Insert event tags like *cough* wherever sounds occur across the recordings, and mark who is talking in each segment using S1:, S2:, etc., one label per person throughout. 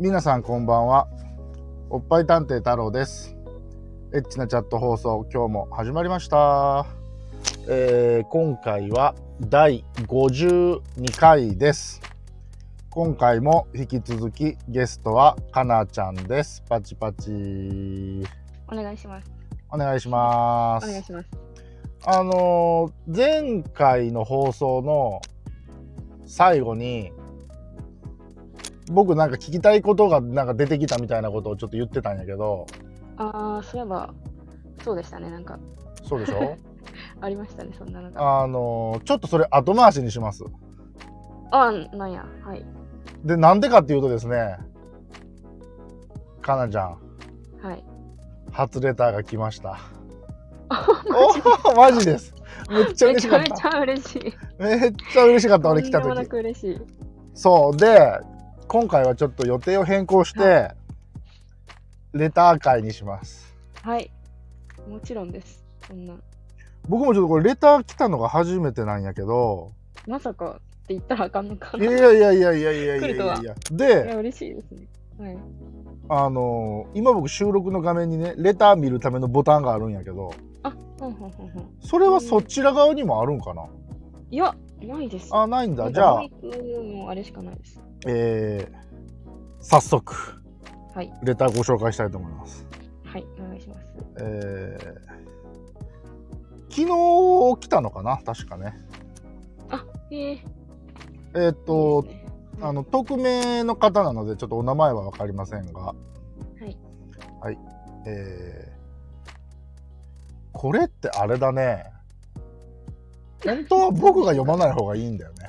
S1: 皆さんこんばんはおっぱい探偵太郎ですエッチなチャット放送今日も始まりました、えー今回は第52回です今回も引き続きゲストはかなちゃんですパチパチ
S2: お願いします。
S1: お願いします
S2: お願いします。
S1: あのー前回の放送の最後に僕なんか聞きたいことがなんか出てきたみたいなことをちょっと言ってたんやけど
S2: ああ、そういえば、そうでしたね。なんか、
S1: そうでし *laughs* ょ
S2: ありましたね、そんなのが。
S1: あのーちょっとそれ後回しにします
S2: あーなんや。はい。
S1: でなんでかっていうとですねかなちゃん
S2: はい。
S1: 初レターが来ました
S2: あ
S1: *laughs* おーマジですめっちゃ
S2: め
S1: 嬉し
S2: ちゃ
S1: かっ
S2: めち
S1: た
S2: ゃ嬉しい。
S1: めっちゃ嬉しかった俺来た
S2: とんでもな
S1: 時
S2: く嬉しい。
S1: そうで今回はちょっと予定を変更して、レター会にします
S2: はい。もちろんです。そんな。
S1: 僕もちょっとこれレター来たのが初めてなんやけど
S2: まさかって言ったらあかんのか
S1: い
S2: な。
S1: や
S2: い
S1: いやいやいやいやいやいやいや
S2: 来
S1: で
S2: や、嬉しいですね。はい。
S1: あのー今僕収録の画面にねレター見るためのボタンがあるんやけど
S2: あ、ほんほんほんほん。
S1: それはそちら側にもあるんかな、
S2: いや、ないです。
S1: あないんだ
S2: なん
S1: じ
S2: か
S1: ゃあ
S2: マイクのあれしかないです。
S1: えー早速
S2: はい。
S1: レターご紹介したいと思います
S2: はい。お願いします。
S1: えー昨日来たのかな確かね
S2: あ、ええ
S1: えーっと
S2: いいですね
S1: あの匿名の方なのでちょっとお名前は分かりませんが、
S2: はい。
S1: えーこれってあれだね本当は僕が読まない方がいいんだよ
S2: *laughs*
S1: ね。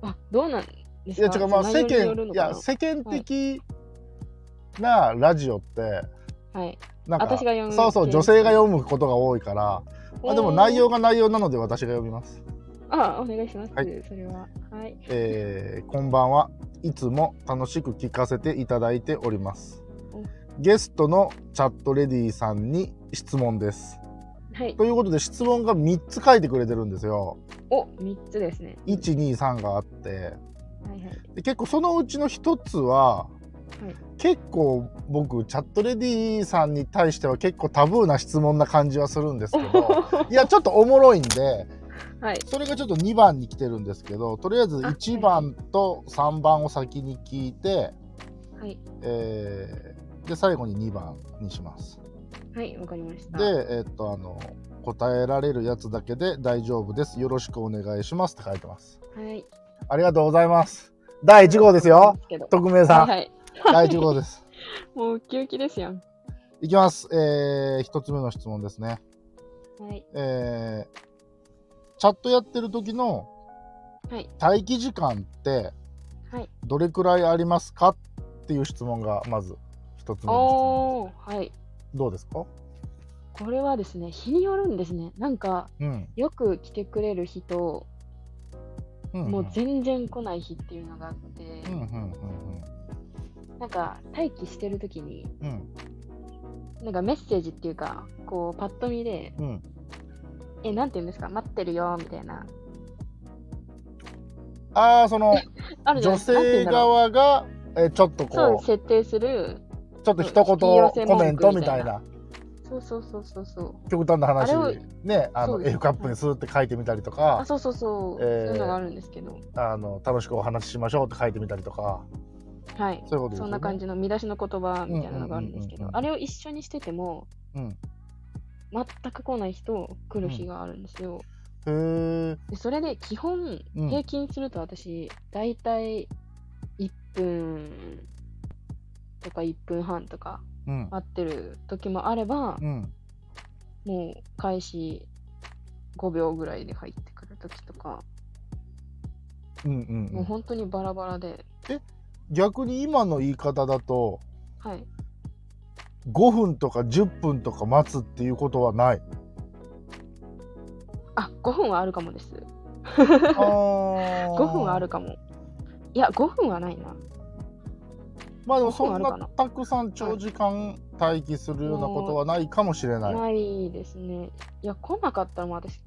S2: あ、どうなんで
S1: い
S2: す
S1: や
S2: か
S1: 違うまあ世
S2: 内容によ
S1: 間
S2: るの
S1: い
S2: かな
S1: や世間的なラジオって
S2: はい。
S1: なんか
S2: 私が読む
S1: そうそう女性が読むことが多いから、まあ、でも内容
S2: が。
S1: が内容なので私が読みます。
S2: あ、お願いします。
S1: はい
S2: それは。はい。
S1: えーこんばんはいつも楽しく聞かせていただいております
S2: お
S1: ゲストのチャットレディさんに質問です
S2: はい。
S1: ということで質問が3つ書いてくれてるんですよ
S2: お、三つですね。
S1: 123があって
S2: はいはい。
S1: で結構そのうちの1つは、
S2: い
S1: 結構僕チャットレディさんに対しては結構タブーな質問な感じはするんですけ
S2: *laughs*
S1: どいやちょっとおもろいんで
S2: はい。
S1: それがちょっと2番に来てるんですけどとりあえず
S2: あ
S1: 1番と3番を先に聞いて、
S2: はい。
S1: えーで最後に2番にします。
S2: はい。わかりました。
S1: で、えっとあの答えられるやつだけで大丈夫です。よろしくお願いしますって書いてます。
S2: はい。
S1: ありがとうございます。第1号ですよ。。匿名さ
S2: は
S1: ん、
S2: いはい。
S1: 第1号です。
S2: もうウキウキですよ。
S1: いきます。え1つ目の質問ですね。
S2: はい。
S1: えーチャットやってる時の
S2: はい。
S1: 待機時間って
S2: はい。
S1: どれくらいありますかっていう質問がまず1つ目の
S2: おお。はい。
S1: 質問どうですか
S2: これはですね、日によるんですね。なんか、
S1: うん、
S2: よく来てくれる日と、
S1: うんうん
S2: もう全然来ない日っていうのがあって、
S1: うんうんうん
S2: なんか、待機してるときに、
S1: うんうん
S2: なんかメッセージっていうか、こう、パッと見で、
S1: うん
S2: え、なんて言うんですか、待ってるよ、みたいな。
S1: ああその
S2: あるじゃ
S1: 女
S2: ないですかなんて言
S1: 性
S2: うんだろ
S1: 側がえーちょっと
S2: うそう
S1: こ
S2: 設定する
S1: うちょっと一言コメントみたいな
S2: そうそうそうそうそう
S1: 極端な話
S2: あれを
S1: ねあ
S2: そう
S1: の
S2: です
S1: F カップにするって書いてみたりと
S2: あ
S1: か
S2: そうそうそ
S1: え
S2: う、
S1: ー
S2: そういうのがあるんですけど
S1: あの楽しくお話ししましょうって書いてみたりとか
S2: は
S1: そう
S2: い
S1: いうことですよね
S2: そんな感じの見出しの言葉みたいなのがあるんですけ
S1: うんうんうんうんう
S2: ど
S1: ん
S2: あれを一緒にしてても
S1: うん
S2: 全く来ない人来る日があるんですよ、
S1: へえ
S2: でそれで基本
S1: うん
S2: 平均すると私大体1分とか1分半とか
S1: うん
S2: 待ってる時もあれば
S1: うん
S2: もう開始5秒ぐらいで入ってくる時とか
S1: うんう
S2: もうん
S1: うん
S2: 本当にバラバラで、
S1: 逆に今の言い方だと
S2: はい、
S1: 5分とか10分とか待つっていうことは
S2: *laughs*
S1: ない
S2: あ5分はあるかもです
S1: あ
S2: 5
S1: 5
S2: 分はあるかもいや5分はないな
S1: まあでも
S2: 5分
S1: そ
S2: あ
S1: ん
S2: るかな
S1: なたくさん長時間待機するようなことはないかもしれない
S2: ないですねいや
S1: *laughs*
S2: 来なかったらもう私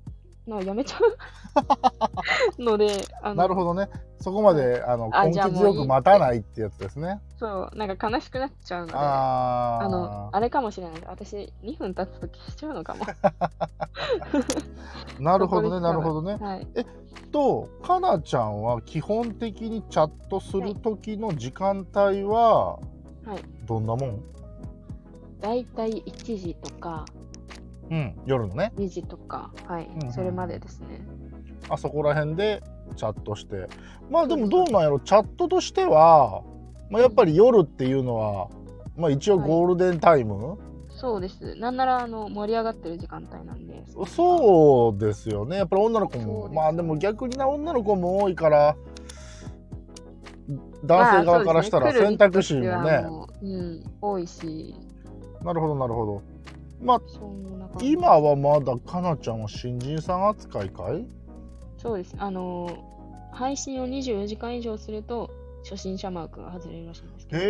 S2: なやめちゃうのであの
S1: なるほどね。そこまであの
S2: あ
S1: 根気
S2: じゃあもういい
S1: 強く待たないってやつですね。
S2: そう、なんか悲しくなっちゃうので、あ
S1: あー
S2: の、あれかもしれない。私、2分経つと消しちゃうのか
S1: *laughs*
S2: も。
S1: なるほどね
S2: そこですか
S1: な
S2: ら
S1: るほどね。
S2: はい。
S1: とかなちゃんは基本的にチャットする時の時間帯は
S2: はい
S1: どんなもん、
S2: だいたい1時とか
S1: うん、夜のね
S2: 2時とか、はい
S1: んうんう、ん
S2: それまでですね。
S1: あそこら辺でチャットしてまあでもどうなんやろチャットとしては、まあ、やっぱり夜っていうのは、まあ、一応ゴールデンタイム、
S2: そうです。なんなら、あの、盛り上がってる時間帯なんで。
S1: そうですよねやっぱり女の子
S2: そう
S1: も、
S2: です
S1: まあでも逆にな女の子も多いから男性側からしたら選択肢もね,、
S2: まあそうですね来る人たちはもううん、多いし、
S1: なるほどなるほどまあ
S2: そんな感じ。
S1: 今はまだかなちゃんは新人さん扱いかい
S2: そうです。あの、配信を24時間以上すると、初心者マークが外れるらしいんですけど、
S1: へ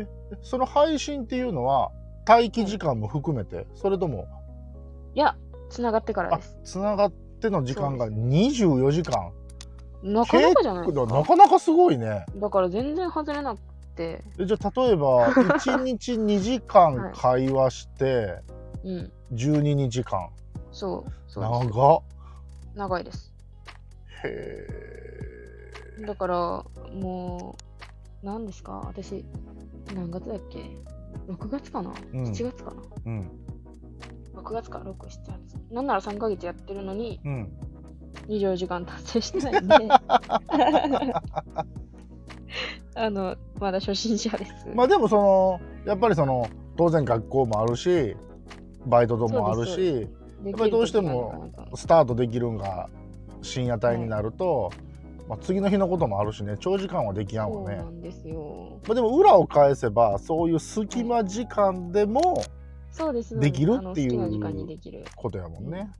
S1: えその配信っていうのは待機時間も含めてそれとも
S2: いや、つながってから
S1: あ
S2: です。
S1: つながっての時間が24時間
S2: なかなかじゃないです
S1: だ
S2: か
S1: な。かなかすごいね
S2: だから全然外れなくて、
S1: えじゃあ例え
S2: *laughs*
S1: ば1日2時間会話して
S2: うん、
S1: 12日間
S2: そう、そうです
S1: 長っ
S2: 長いです。
S1: へえ
S2: だから、もう、何ですか私、何月だっけ ?6 月かな、
S1: ん
S2: ?7 月かな
S1: うん
S2: ?6 月か、6、7、8。なんなら3ヶ月やってるのに、
S1: うん
S2: 24時間達成してないんで。あの、まだ初心者です。
S1: まあでもそのやっぱりその当然学校もあるしバイトともある
S2: そう
S1: し
S2: で
S1: やっぱりどうしても
S2: きる時なんかなんか
S1: スタートできるんが深夜帯になると、まあ、次の日のこともあるしね長時間はできやん
S2: そう
S1: わね
S2: な、んですよ。
S1: まあ、でも裏を返せばそういう隙間時間でも
S2: そうです。
S1: できる
S2: あの
S1: っていう
S2: 好きな時間にできる。
S1: ことやもんね、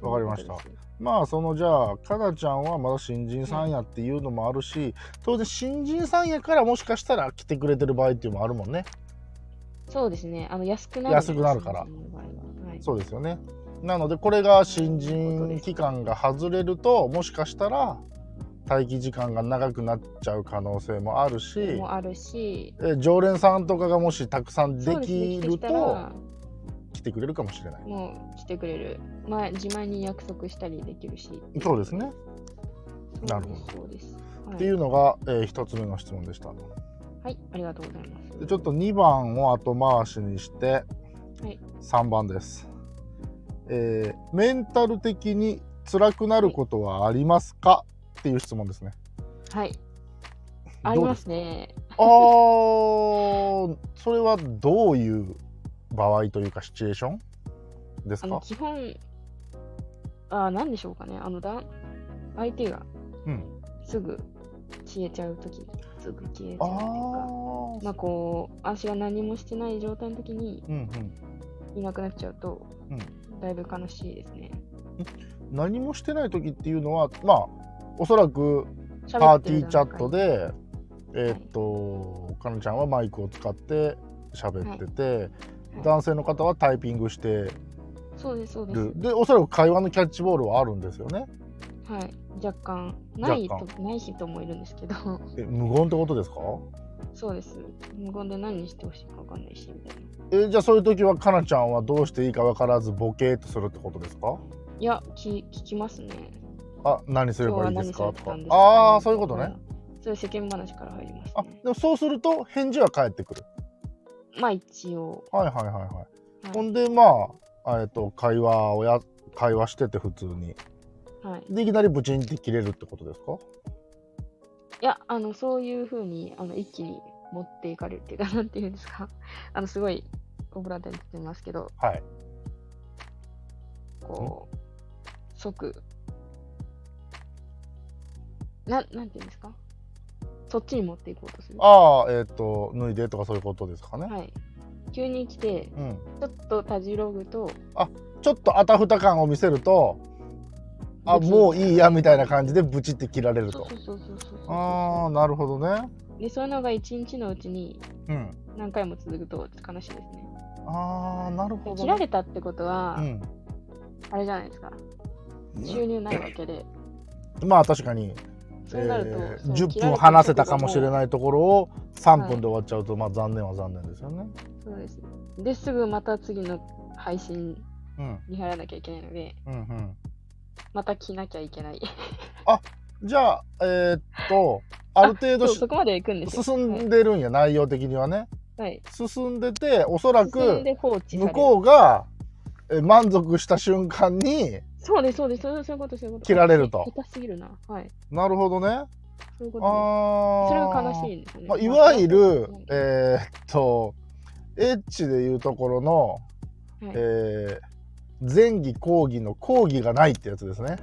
S2: そう
S1: わかりました
S2: いうことです
S1: まあそのじゃあかなちゃんはまだ新人さんやっていうのもあるし当然新人さんやからもしかしたら来てくれてる場合っていうのもあるもんね
S2: そうですね。あの安くなる。
S1: 安くなるから
S2: その場合ははい、
S1: そうですよねなのでこれが新人期間が外れるともしかしたら待機時間が長くなっちゃう可能性もあるし、
S2: もあるし、
S1: え常連さんとかがもしたくさんで
S2: そうす
S1: きる
S2: ね来てきた
S1: と
S2: ら
S1: 来てくれるかもしれない
S2: もう来てくれる。前自前に約束したりできるし。
S1: そうですね。
S2: そうです
S1: なるほど
S2: そうです。
S1: っ
S2: は
S1: て
S2: い
S1: い、うのが、えー、1つ目の質問でした
S2: はい、ありがとうございます。
S1: でちょっと2番を後回しにして、
S2: はい
S1: 3番です、えーメンタル的に辛くなることはありますかっていう質問ですね
S2: はい、ありま
S1: どうです
S2: ね。
S1: すあーそれはどういう場合というかシチュエーションです
S2: あの
S1: か
S2: 基本、あなんでしょうかね、あのだ相手が
S1: うん
S2: すぐ消えちゃうとき、すぐ消えち
S1: あ
S2: ゃ
S1: あ
S2: うというか、
S1: ー
S2: まあこう、足が何もしてない状態のときに
S1: うんうん
S2: いなくなっちゃうと、だいぶ悲しいですね。
S1: 何もしてない時っていうのはまあおそらくパ
S2: 喋
S1: ー
S2: っ
S1: テ
S2: てる
S1: ィーチャットでえ
S2: い
S1: ーっとかなちゃんはマイクを使って喋ってて、
S2: はい
S1: 男性の方はタイピングして
S2: 段階、そうです、そうです。
S1: るでおそらく会話のキャッチボールはあるんですよね
S2: はい、若干ない
S1: 若
S2: とない人もいるんですけど *laughs*
S1: え無言ってことですか
S2: そうです無言で何してほしいか分かんないしみたいな
S1: えじゃあそういう時はかなちゃんはどうしていいか分からずボケーっとするってことですか
S2: いや聞聞きますね
S1: あ何すれ
S2: 今
S1: ば
S2: 日は
S1: い
S2: い
S1: で
S2: 何
S1: す
S2: さ
S1: か
S2: れ
S1: と
S2: てた
S1: か
S2: んですか
S1: ああそういうことね
S2: んそういう世間話から入ります、
S1: あ
S2: ね、
S1: でもそうすると返事は返ってくる
S2: まあ一応、
S1: はいはいはいはい
S2: は
S1: ほ
S2: い
S1: んでまあ、えっと、会話をや会話してて普通に
S2: はい、
S1: でいきなりブチンって切れるってことですか
S2: いやあのそういうふうにあの一気に持っていかれるっていうかなんていうんですか *laughs* あのすごいオブラートに包みますけど
S1: はい
S2: こう即ななんていうんですかそっちに持っていこうとする
S1: ああえっ、と脱いでとかそういうことですかね、
S2: はい。急に来て、
S1: うん、
S2: ちょっとたじろぐと、
S1: ちょっとあたふた感を見せるとあもういいやみたいな感じでブチって切られる
S2: そう
S1: と
S2: そうそうそうそうそ
S1: ああなるほどね
S2: う。で、そういうのが一日のうちに
S1: うん
S2: 何回も続くと悲しいですね。
S1: ああなるほど
S2: 切られたってことは、
S1: うん
S2: あれじゃないですか。収入ないわけで、
S1: まあ確かに
S2: そうなると、
S1: えー
S2: その
S1: 10
S2: 切ら
S1: 分
S2: れた
S1: 話せたかもしれ
S2: い。
S1: ないところを3分で終わっちゃうと、まあ残念は残念ですよね。
S2: そうです。ですぐまた次の配信
S1: うん
S2: に入らなきゃいけないので、
S1: うんうん、
S2: また着なきゃいけ
S1: *laughs*
S2: ない。
S1: じゃあえーっとある程度
S2: そう
S1: し
S2: そこまで行くんですよ。
S1: 進んでるんや内容的にはね
S2: はい。
S1: 進んでておそら
S2: 進ん
S1: く
S2: で放置され
S1: 向
S2: る。
S1: こうがえ満足した瞬間に
S2: そうです、そうです。そうそういうこと、そういうこと。
S1: 切られると
S2: 下手すぎるな。はい。
S1: なるほどね
S2: そういうことです。
S1: あ
S2: それ
S1: あ
S2: が悲しいんですよね。
S1: まあ、いわゆる
S2: はい、
S1: えーっとエッチでいうところの、えー前義後義の後義がないってやつですね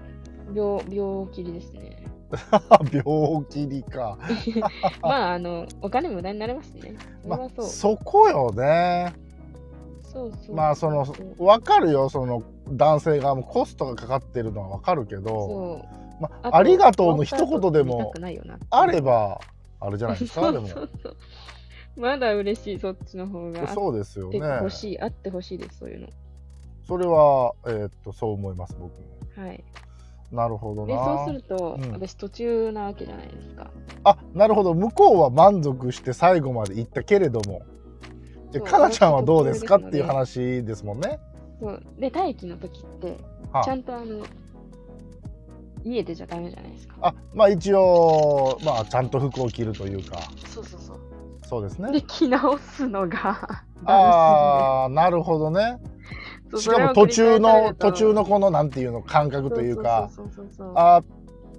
S2: 病病気ですね。
S1: 病気にか
S2: まあ、あの、お金無駄になりますね。それ
S1: ま
S2: は
S1: あ
S2: そう。
S1: そこよね
S2: そうそう。
S1: まあその
S2: そう
S1: 分かるよその男性側もコストがかかってるのは分かるけど、
S2: そう
S1: まあ、ありがとうの一言で
S2: 終わった後見
S1: も
S2: たくないよなって
S1: あればあれじゃないです
S2: そ
S1: か
S2: う
S1: でも
S2: そうそうまだ嬉しい、そっちの方が。
S1: そうですよ
S2: あって
S1: ね
S2: ほしい、あってほしいです、そういうの。
S1: それは、えーっとそう思います僕も
S2: はい。
S1: なるほど
S2: で、
S1: な
S2: そうすると、
S1: うん
S2: 私途中なわけじゃないですか。
S1: あなるほど向こうは満足して最後まで行ったけれどもじゃ
S2: そう
S1: かなちゃんはどうですかっ
S2: 私
S1: ていう話ですもんね。
S2: そうで、待機の時って、
S1: は
S2: ちゃ
S1: い
S2: んとあの、家出ちゃダメじゃないですか。
S1: あまあ一応まあちゃんと服を着るというか
S2: そうそうそう。
S1: そうです
S2: で、
S1: ね。
S2: 着直すのが、 *laughs*
S1: ああなるほどね。
S2: ダメすぎる
S1: しかも途中の途中、の
S2: そ
S1: このなんていうの感覚
S2: う
S1: と
S2: それを繰り返さ
S1: いうか
S2: れるそうそうそうそうそう
S1: あ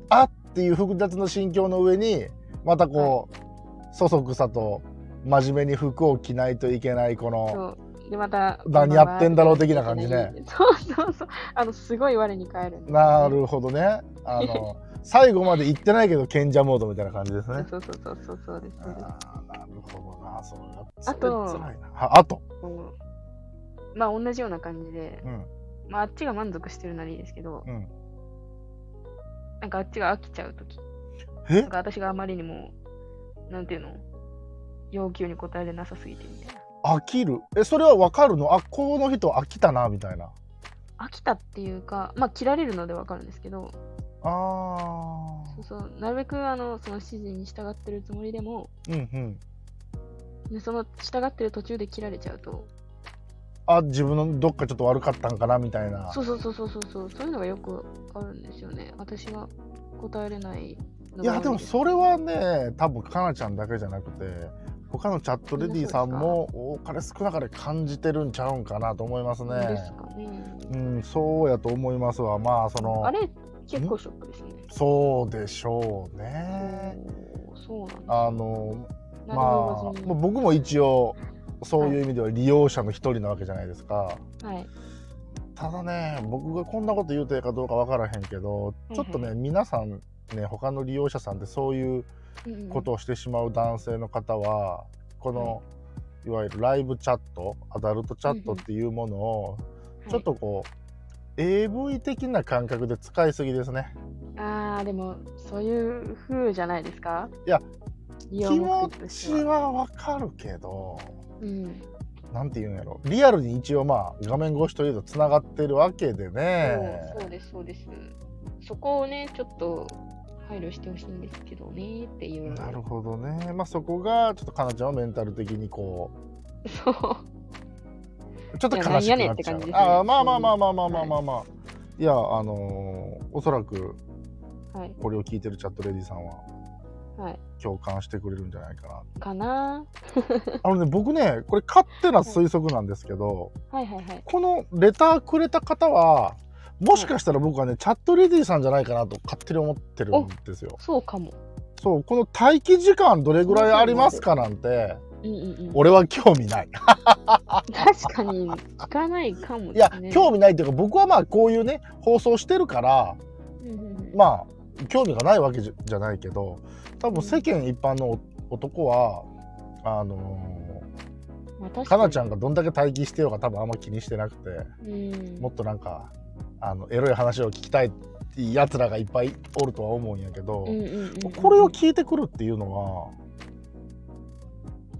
S1: あっていう複雑な心境の上にまたこうそそくさと真面目に服を着ないといけないこの
S2: そうでまた
S1: 何やってんだろう的な感じね。
S2: そうそうそう。あのすごい我に返るんですよね
S1: なるほどねあ
S2: *laughs*
S1: の最後まで行ってないけど賢者モードみたいな感じですね。
S2: そうそうそうそうそうです
S1: あ
S2: そうで
S1: ー
S2: す。
S1: なるほどなそれは
S2: あと
S1: それ辛いなああと、
S2: こうまあ同じような感じで、
S1: うん
S2: まああっちが満足してるならいいですけど、
S1: うん、
S2: なんかあっちが飽きちゃうとき、
S1: え
S2: なんか私があまりにもなんていうの要求に応えれなさすぎてみたいな。
S1: 飽きるえそれは分かるのあこの人飽きたなみたいな
S2: 飽きたっていうか、まあ切られるのでわかるんですけど、
S1: あ
S2: そうそうなるべくあのその指示に従ってるつもりでも、
S1: ーうんうん
S2: でその従ってる途中で切られちゃうと、
S1: あ自分のどっかちょっと悪かったんかなみたいな
S2: そうそうそうそうそうそうそういうのがよくあるんですよね私が答えれないの
S1: い
S2: が
S1: やで
S2: 多
S1: も
S2: す
S1: それはね多分かなちゃんだけじゃなくて他のチャットレディさんも多かれ少なかれ感じてるんちゃうんかなと思います
S2: で
S1: ね
S2: す。かね
S1: うん、そうやと思いますわまあその
S2: あれ結構ショックですね
S1: そうでしょうね。
S2: そうそうなんだ
S1: あの
S2: な
S1: ま
S2: る
S1: あ
S2: ほど
S1: まあ僕も一応そういう意味では利用者の一人なわけじゃないですか。
S2: はい
S1: ただね僕がこんなこと言うてるかどうかわからへんけどちょっとね皆さんね他の利用者さんってそういう
S2: うんうん
S1: ことをしてしまう男性の方はこの、いわゆるライブチャットアダルトチャットっていうものを
S2: はい
S1: ちょっとこう、AV 的な感覚で使いすぎですね
S2: ああでもそういう風じゃないですか
S1: いや
S2: 利
S1: 気
S2: 用目
S1: 持
S2: 的とし
S1: ち
S2: ては
S1: はわかるけど
S2: うん
S1: なんていうんやろリアルに一応まあ画面越しというとつながってるわけでね
S2: そうそうですそうですそこをねちょっと配慮してほしいんですけどねっていう
S1: なるほどねまあそこがちょっとかなちゃんはメンタル的にこ
S2: そう
S1: うちょっと悲しくなっ
S2: い
S1: ち
S2: や
S1: ゃ
S2: なんや
S1: う
S2: ねんって感じですね
S1: ああまあまあまあまあまあまあまあ、まあい、やあのーおそらく
S2: はい
S1: これを聞いてるチャットレディさんは
S2: はい
S1: 共感してくれるんじゃないかな
S2: かな
S1: あのね僕ねこれ勝手な推測なんですけど
S2: はいはいはい
S1: このレターくれた方はもしかしたら僕はねチャットレディさんじゃないかなと勝手に思ってるんですよ
S2: そうかも。
S1: そうこの待機時間どれぐらいありますかなんて
S2: うんうんうん、
S1: 俺は興味ない
S2: 確かに聞かないかも
S1: いや
S2: ですね
S1: 興味ないというか僕はまあこういうね放送してるから
S2: うんうんうん
S1: まあ興味がないわけじゃじゃないけど多分世間一般の男はあのー
S2: まあ確
S1: か
S2: か
S1: な
S2: に
S1: ちゃんがどんだけ待機してようが多分あんま気にしてなくて
S2: うん
S1: もっとなんかあのエロい話を聞きたいってやつらがいっぱいおるとは思うんやけど、
S2: うんうんうんうん
S1: これを聞いてくるっていうのは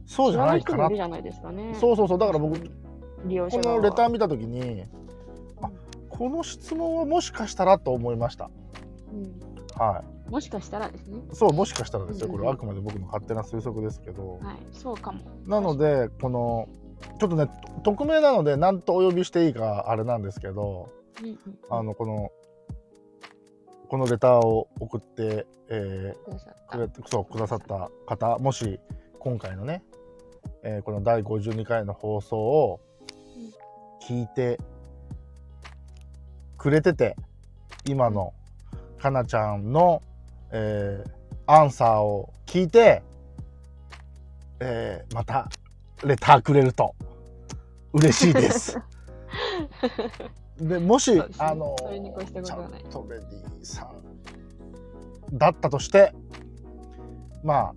S1: そうじゃないか
S2: 知ら人も
S1: な
S2: るじゃないですかね。
S1: そうそうそうだから僕こ
S2: 確に利用者
S1: のレタ
S2: ー
S1: ー見た時にあこの質問はもしかしたらと思いました。
S2: うん、
S1: は
S2: もしかしたらですね。
S1: そうもしかしたらですよこ
S2: うん
S1: れ
S2: うん
S1: あくまで僕の勝手な推測ですけど
S2: はい、そうかも。
S1: なのでこのちょっとね匿名なので何とお呼びしていいかあれなんですけど
S2: うんうん、
S1: あのこのこのレターを送って、え
S2: くださっ
S1: ー
S2: た
S1: くれそうくださった方もし今回のね、えーこの第52回の放送を聞いてくれてて今のかなちゃんの、えーアンサーを聞いて、えーまたレターくれると嬉しいです。でもし
S2: そうですね
S1: あの
S2: それに越したことはない
S1: ちゃんとレディさんだったとしてまあ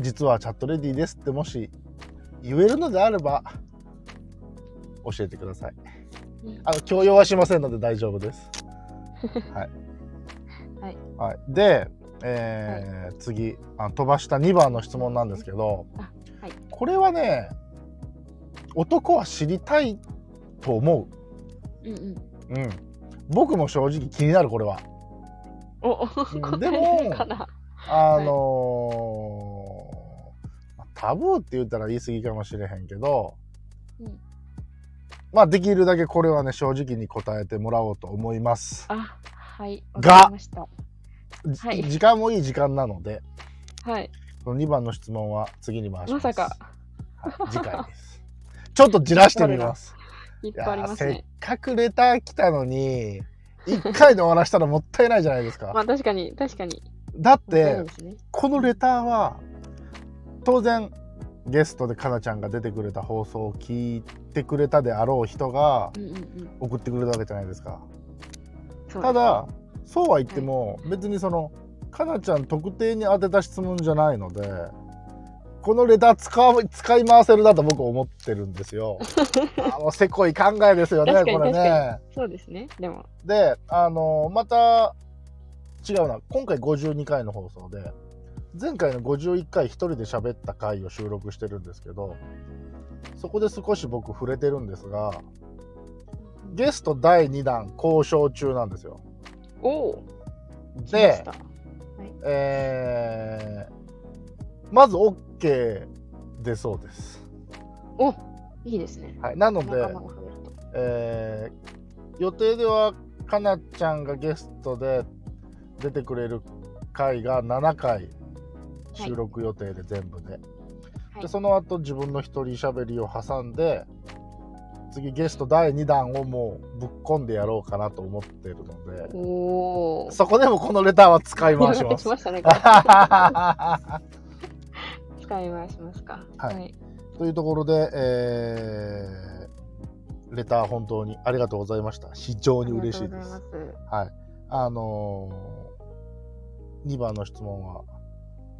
S1: 実はチャットレディですってもし言えるのであれば教えてください
S2: うん
S1: あの強要はしませんので大丈夫
S2: *laughs*
S1: です。はい。
S2: はい。
S1: で、えー次あ飛ばした2番の質問なんですけど、
S2: あはい
S1: これはね、男は知りたいと思
S2: うんうん。
S1: う。うん。僕も正直気になるこれは。
S2: お、お
S1: うん
S2: 答
S1: で
S2: え
S1: も
S2: れるかな。
S1: あのーまあタブーって言ったら言い過ぎかもしれへんけど、
S2: うん
S1: まあできるだけこれはね正直に答えてもらおうと思います。
S2: あ、はい。わ
S1: が
S2: かりました。
S1: じ
S2: はい
S1: 時間もいい時間なので
S2: はい。
S1: この2番の質問は次に回しま
S2: ますさか
S1: はい次回ですちょっとじらしてみ
S2: *laughs*
S1: ます
S2: 引っ
S1: いや
S2: 張り
S1: ー
S2: ます
S1: せっ
S2: ね。
S1: かくレター来たのに1回で終わらしたらもったいないじゃないですか、
S2: *laughs* まあ確かに確かに。
S1: だっ
S2: もったいな
S1: て
S2: いですね
S1: このレターは当然ゲストでかなちゃんが出てくれた放送を聞いてくれたであろう人が
S2: うんうんうん。
S1: 送ってくれたわけじゃないですか
S2: そう
S1: ただそうは言っても別にそのかなちゃん特定に当てた質問じゃないのでこのレター使う使い回せるだと僕思ってるんです
S2: *laughs*
S1: よ。あのせこい考えですよね
S2: 確かに
S1: これね。
S2: そうですね。でも、
S1: であのまた違うな今回52回の放送で前回の51回一人で喋った回を収録してるんですけどそこで少し僕触れてるんですがゲスト第2弾交渉中なんですよ。
S2: おお。来ま
S1: で
S2: した
S1: えーまず OK でそうです。
S2: お、いいですね。
S1: はい、なので
S2: 仲間、が増えると
S1: えー予定ではかなちゃんがゲストで出てくれる回が7回収録予定で全部で,、
S2: はい
S1: でその後自分の一人しゃべりを挟んで次ゲスト第2弾をもうぶっ込んでやろうかなと思ってるので
S2: おお。
S1: そこでもこのレターは使い回
S2: *laughs*
S1: します。
S2: ましたね。これ
S1: と
S2: 使い回しますか。
S1: はい
S2: はい。
S1: いうところで、えーレター本当にありがとうございました非常
S2: あ
S1: に
S2: りが
S1: 嬉
S2: と
S1: しいう
S2: ござ
S1: で
S2: い
S1: す
S2: ま。す。
S1: はい。あのー、2番の質問は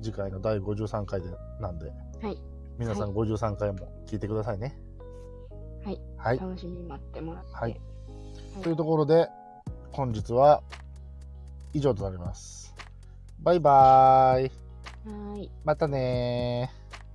S1: 次回の第53回でなんで、
S2: はい。
S1: 皆さん53回も聞いてくださいね。
S2: はい。
S1: はい。
S2: 楽しみに待ってもらって。
S1: はい
S2: はい
S1: というところで、本日は以上となります。バイバーイ。
S2: はーい。
S1: またねー。